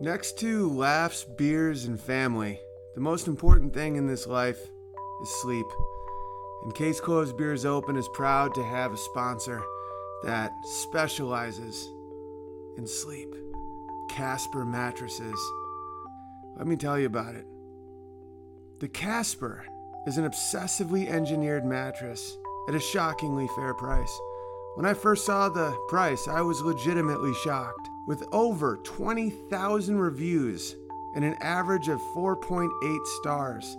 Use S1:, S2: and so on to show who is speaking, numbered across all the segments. S1: Next to laughs, beers, and family, the most important thing in this life is sleep. And Case Closed Beers Open is proud to have a sponsor that specializes in sleep Casper mattresses. Let me tell you about it. The Casper is an obsessively engineered mattress at a shockingly fair price. When I first saw the price, I was legitimately shocked. With over 20,000 reviews and an average of 4.8 stars,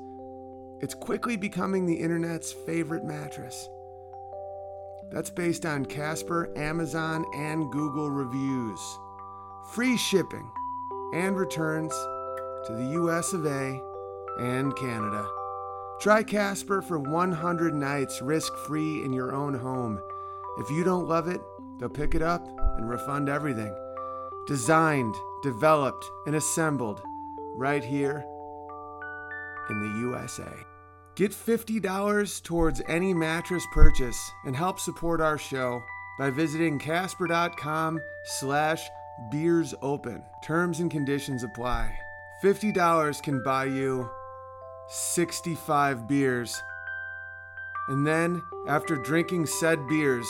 S1: it's quickly becoming the internet's favorite mattress. That's based on Casper, Amazon, and Google reviews. Free shipping and returns to the US of A and Canada. Try Casper for 100 nights risk free in your own home. If you don't love it, they'll pick it up and refund everything. Designed, developed, and assembled right here in the USA. Get $50 towards any mattress purchase and help support our show by visiting casper.com slash beers open. Terms and conditions apply. $50 can buy you 65 beers. And then, after drinking said beers,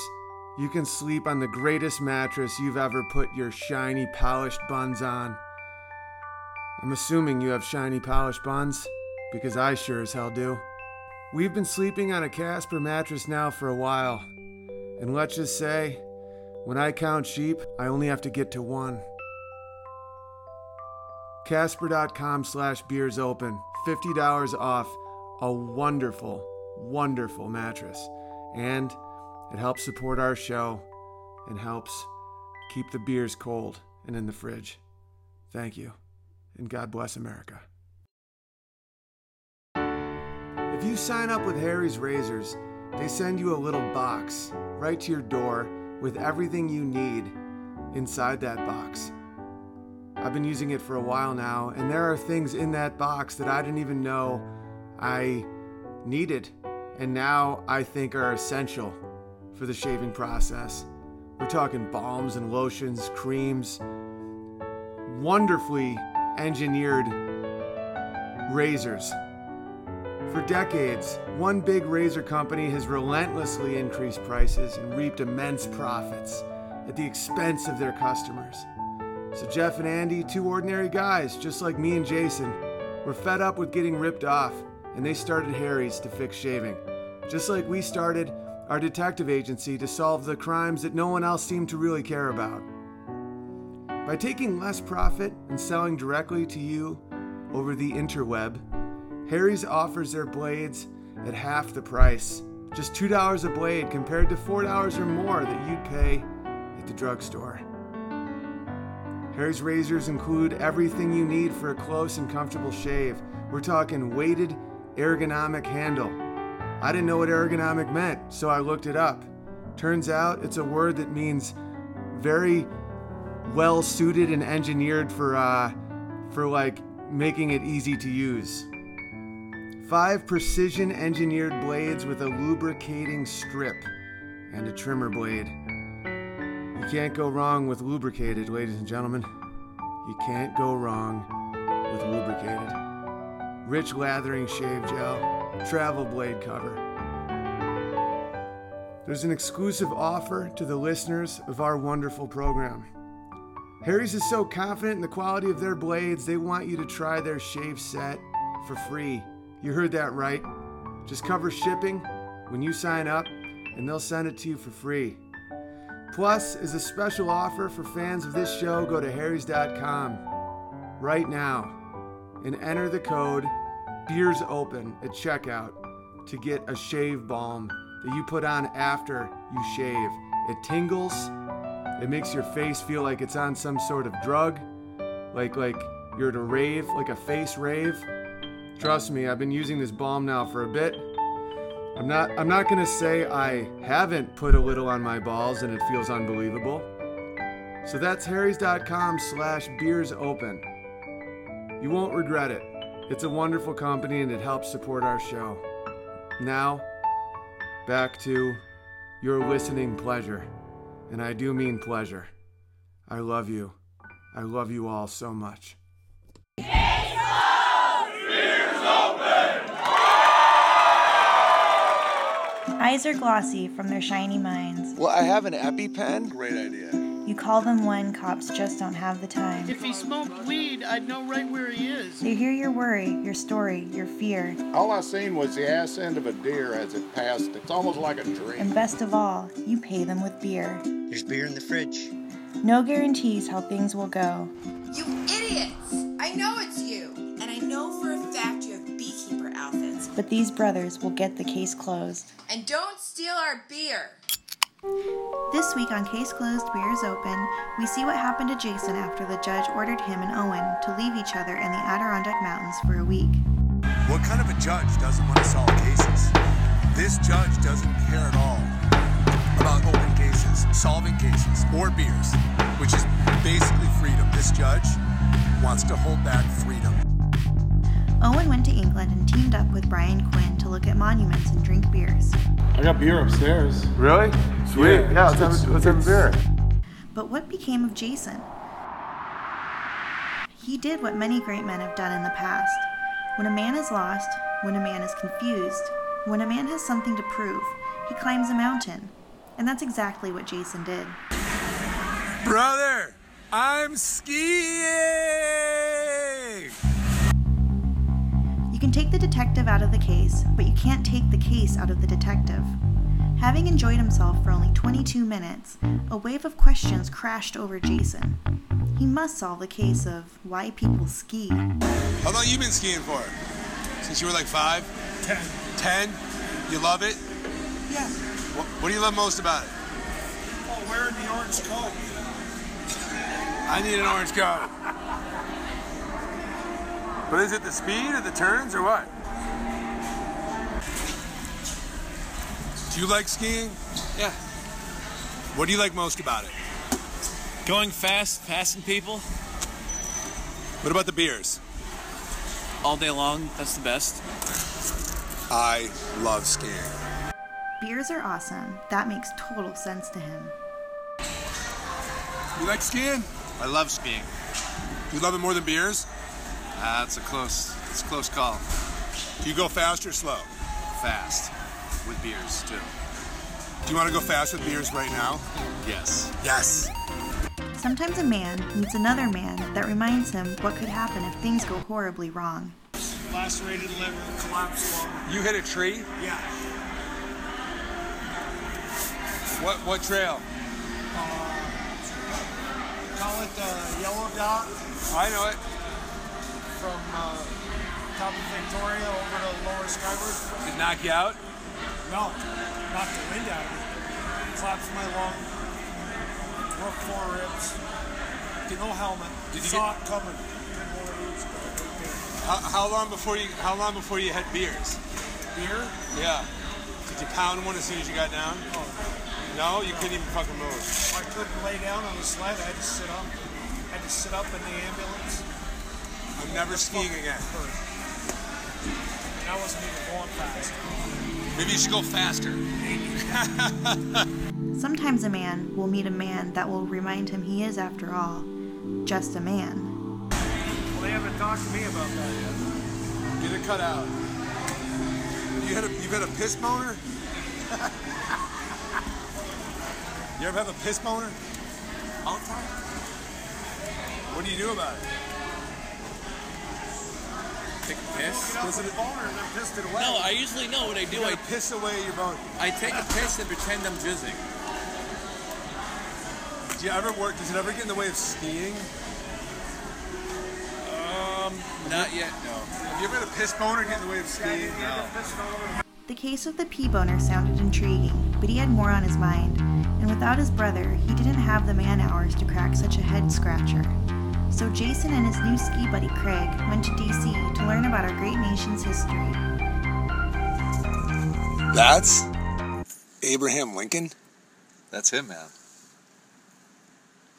S1: you can sleep on the greatest mattress you've ever put your shiny, polished buns on. I'm assuming you have shiny, polished buns, because I sure as hell do. We've been sleeping on a Casper mattress now for a while, and let's just say, when I count sheep, I only have to get to one. Casper.com slash beers open. $50 off a wonderful, wonderful mattress. And it helps support our show and helps keep the beers cold and in the fridge. Thank you. And God bless America. If you sign up with Harry's Razors, they send you a little box right to your door with everything you need inside that box. I've been using it for a while now, and there are things in that box that I didn't even know I needed, and now I think are essential for the shaving process. We're talking balms and lotions, creams, wonderfully engineered razors. For decades, one big razor company has relentlessly increased prices and reaped immense profits at the expense of their customers. So Jeff and Andy, two ordinary guys just like me and Jason, were fed up with getting ripped off, and they started Harry's to fix shaving. Just like we started our detective agency to solve the crimes that no one else seemed to really care about. By taking less profit and selling directly to you over the interweb, Harry's offers their blades at half the price. Just $2 a blade compared to $4 or more that you'd pay at the drugstore. Harry's razors include everything you need for a close and comfortable shave. We're talking weighted ergonomic handle. I didn't know what ergonomic meant, so I looked it up. Turns out it's a word that means very well suited and engineered for uh, for like making it easy to use. Five precision engineered blades with a lubricating strip and a trimmer blade. You can't go wrong with lubricated, ladies and gentlemen. You can't go wrong with lubricated. Rich lathering shave gel, travel blade cover. There's an exclusive offer to the listeners of our wonderful program. Harry's is so confident in the quality of their blades, they want you to try their shave set for free. You heard that right. Just cover shipping when you sign up, and they'll send it to you for free. Plus is a special offer for fans of this show. Go to harrys.com right now and enter the code BEERSOPEN at checkout to get a shave balm that you put on after you shave. It tingles. It makes your face feel like it's on some sort of drug, like like you're at a rave, like a face rave. Trust me, I've been using this balm now for a bit. I'm not I'm not gonna say I haven't put a little on my balls and it feels unbelievable. So that's harrys.com slash beers open. You won't regret it. It's a wonderful company and it helps support our show. Now, back to your listening pleasure. And I do mean pleasure. I love you. I love you all so much.
S2: Eyes are glossy from their shiny minds.
S1: Well, I have an EpiPen.
S3: Great idea.
S2: You call them when cops just don't have the time.
S4: If he smoked weed, I'd know right where he is.
S2: They hear your worry, your story, your fear,
S3: All I seen was the ass end of a deer as it passed. It's almost like a
S2: and
S3: dream.
S2: best of all, you pay them with beer.
S5: There's beer in the fridge.
S2: No guarantees how things will go.
S6: You idiots! I know it's you! And I know for a fact you have beekeeper outfits.
S2: But these brothers will get the case closed.
S6: And don't steal our beer!
S7: This week on Case Closed, Beers Open, we see what happened to Jason after the judge ordered him and Owen to leave each other in the Adirondack Mountains for a week.
S8: What kind of a judge doesn't want to solve cases? This judge doesn't care at all about open cases, solving cases, or beers, which is basically freedom. This judge wants to hold back freedom.
S7: Owen went to England and teamed up with Brian Quinn to look at monuments and drink beers.
S9: I got beer upstairs.
S1: Really? Sweet. Yeah, let's, have, a- let's have a beer.
S7: But what became of Jason? He did what many great men have done in the past. When a man is lost, when a man is confused, when a man has something to prove, he climbs a mountain. And that's exactly what Jason did.
S8: Brother, I'm skiing!
S7: You can take the detective out of the case, but you can't take the case out of the detective. Having enjoyed himself for only 22 minutes, a wave of questions crashed over Jason. He must solve the case of why people ski.
S8: How long you been skiing for? Since you were like five? Ten. Ten? You love it?
S10: Yeah.
S8: What, what do you love most about it?
S10: Oh, wearing the orange coat.
S8: I need an orange coat. But is it the speed or the turns or what? Do you like skiing? Yeah. What do you like most about it?
S11: Going fast, passing people
S8: What about the beers?
S11: all day long, that's the best.
S8: I love skiing.
S7: Beers are awesome. That makes total sense to him.
S8: You like skiing?
S11: I love skiing.
S8: You love it more than beers?
S11: That's a close, it's a close call.
S8: Do you go fast or slow?
S11: Fast with beers too.
S8: Do you want to go fast with beers right now?
S11: Yes.
S8: Yes.
S7: Sometimes a man meets another man that reminds him what could happen if things go horribly wrong.
S10: Lacerated liver, collapsed lung.
S8: You hit a tree?
S10: Yeah.
S8: What what trail?
S10: Call it the yellow dot
S8: I know it.
S10: from uh, top of Victoria over to lower Skyward.
S8: Did it knock you out?
S10: No, knocked the wind out of me. Collapsed my lung. Broke four ribs. Did no helmet.
S8: Did you
S10: Saw it coming. Couldn't believe it.
S8: How, how long before you how long before you had beers?
S10: Beer?
S8: Yeah. Did you pound one as soon as you got down? No, you couldn't even fucking move.
S10: I couldn't lay down on the sled. I had to sit up. I had to sit up in the ambulance.
S8: I'm never skiing again.
S10: Hurt. And I wasn't even going fast.
S8: Maybe you should go faster.
S7: Sometimes a man will meet a man that will remind him he is, after all, just a man.
S10: Well, they haven't talked to me about that yet.
S8: Get it cut out. You had a you had a piss boner? you ever have a piss boner? All the time. What do you do about it? Take a piss?
S10: Up with boner and I'm pissed it away.
S11: No, I usually know what I do.
S8: You
S11: I,
S8: gotta piss away your boner.
S11: I take a piss and pretend I'm jizzing.
S8: Do you ever work? Does it ever get in the way of skiing? Um,
S11: Not yet, no.
S8: Have you ever had a piss boner get in the way of skiing? No.
S7: The case of the pea boner sounded intriguing, but he had more on his mind, and without his brother, he didn't have the man hours to crack such a head scratcher. So Jason and his new ski buddy Craig went to DC to learn about our great nation's history.
S8: That's Abraham Lincoln.
S5: That's him, man.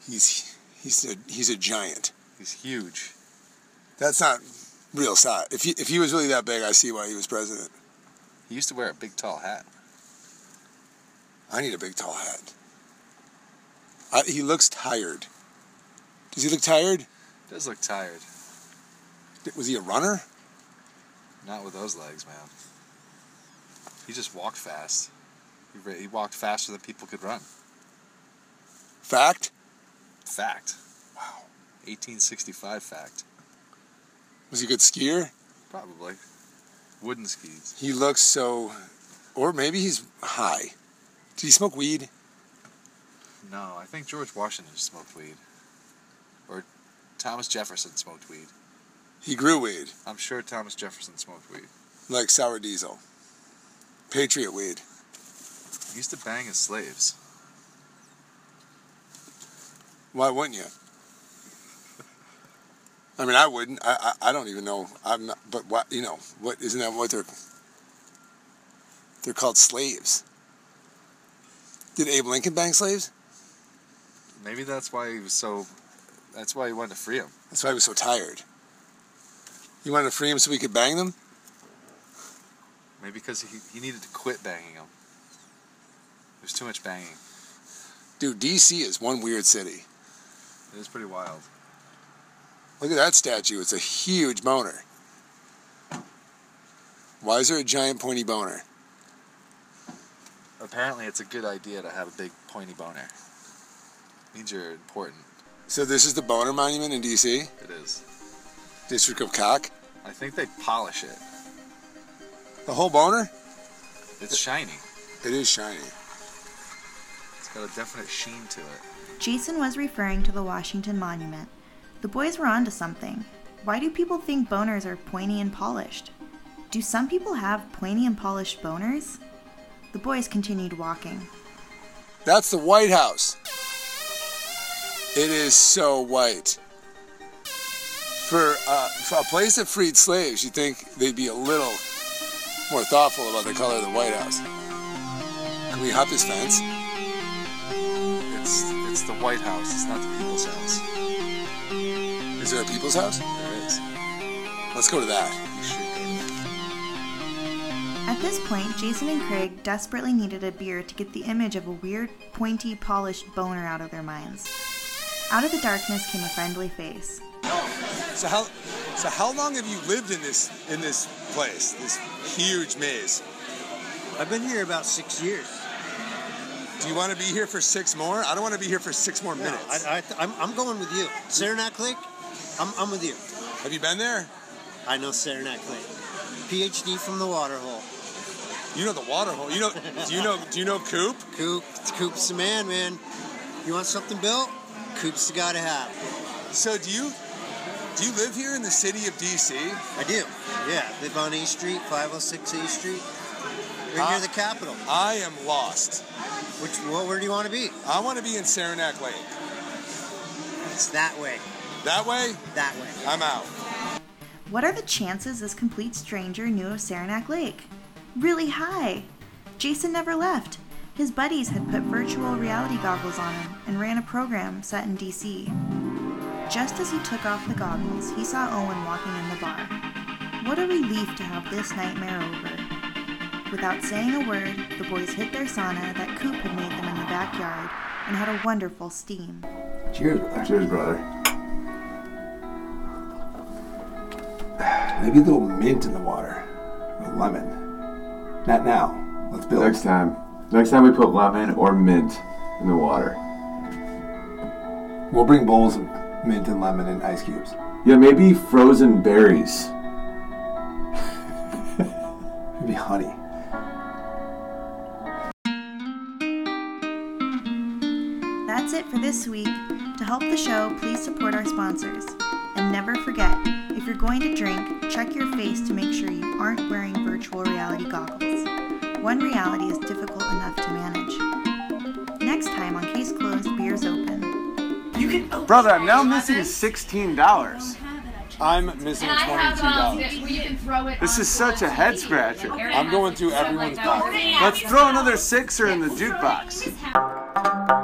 S8: He's he's a he's a giant.
S5: He's huge.
S8: That's not real size. If he, if he was really that big, I see why he was president.
S5: He used to wear a big tall hat.
S8: I need a big tall hat. I, he looks tired. Does he look tired?
S5: Does look tired.
S8: Was he a runner?
S5: Not with those legs, man. He just walked fast. He, ra- he walked faster than people could run.
S8: Fact?
S5: Fact. Wow. 1865 fact.
S8: Was he a good skier?
S5: Probably. Wooden skis.
S8: He looks so. Or maybe he's high. Did he smoke weed?
S5: No, I think George Washington smoked weed. Or Thomas Jefferson smoked weed.
S8: He grew weed,
S5: I'm sure Thomas Jefferson smoked weed.
S8: like sour diesel. Patriot weed.
S5: He used to bang his slaves.
S8: Why wouldn't you? I mean, I wouldn't. I, I, I don't even know. I'm not. But what you know? What isn't that what they're? They're called slaves. Did Abe Lincoln bang slaves?
S5: Maybe that's why he was so. That's why he wanted to free him.
S8: That's why he was so tired. You wanted to free him so we could bang them?
S5: Maybe because he, he needed to quit banging him. There's too much banging.
S8: Dude, D.C. is one weird city.
S5: It was pretty wild.
S8: Look at that statue. It's a huge boner. Why is there a giant pointy boner?
S5: Apparently, it's a good idea to have a big pointy boner. means you're important.
S8: So this is the boner monument in D.C.
S5: It is.
S8: District of Cock.
S5: I think they polish it.
S8: The whole boner.
S5: It's shiny.
S8: It is shiny.
S5: It's got a definite sheen to it.
S7: Jason was referring to the Washington Monument. The boys were onto something. Why do people think boners are pointy and polished? Do some people have pointy and polished boners? The boys continued walking.
S8: That's the White House. It is so white. For, uh, for a place that freed slaves, you'd think they'd be a little more thoughtful about the color of the White House. Can we hop this fence?
S5: It's it's the White House. It's not the People's House.
S8: Is there a people's house?
S5: There is.
S8: Let's go to that.
S5: You should
S7: At this point, Jason and Craig desperately needed a beer to get the image of a weird, pointy, polished boner out of their minds. Out of the darkness came a friendly face.
S8: So how so how long have you lived in this in this place? This huge maze?
S12: I've been here about six years.
S8: Do you want to be here for six more? I don't want to be here for six more
S12: No, I, I, I'm, I'm going with you. Saranac Lake, I'm, I'm with you.
S8: have you been there?
S12: I know Saranac Lake. PhD from the waterhole.
S8: You know the water hole. You know do you know do you know Coop?
S12: Coop, Coop's the man, man. You want something built? Coop's the guy to have.
S8: So do you do you live here in the city of DC?
S12: I do. Yeah, live on East Street, 506 East Street. Right
S8: Ah.
S12: near the Capitol.
S8: I am lost.
S12: Which, well, where do you want to be?
S8: I want to be in Saranac Lake.
S12: It's that way.
S8: That way,
S12: That way.
S8: I'm out.
S7: What are the chances this complete stranger knew of Saranac Lake? Really high! Jason never left. His buddies had put virtual reality goggles on him and ran a program set in DC. Just as he took off the goggles, he saw Owen walking in the bar. What a relief to have this nightmare over. Without saying a word, the boys hit their sauna that Coop had made them in the backyard and had a wonderful steam.
S13: Cheers, cheers, brother. Maybe a little mint in the water, or lemon. Not now. Let's build.
S14: Next time. Next time we put lemon or mint in the water.
S13: We'll bring bowls of mint and lemon and ice cubes.
S14: Yeah, maybe frozen berries.
S13: Maybe honey.
S7: That's it for this week. To help the show, please support our sponsors. And never forget if you're going to drink, check your face to make sure you aren't wearing virtual reality goggles. One reality is difficult enough to manage. Next time on Case Closed, Beers Open.
S1: Brother, I'm now missing $16.
S8: I'm missing
S6: um,
S8: $22.
S15: you um, can throw it.
S1: This is such a head scratcher.
S8: I'm going through everyone's pocket.
S1: Let's throw another sixer in the jukebox.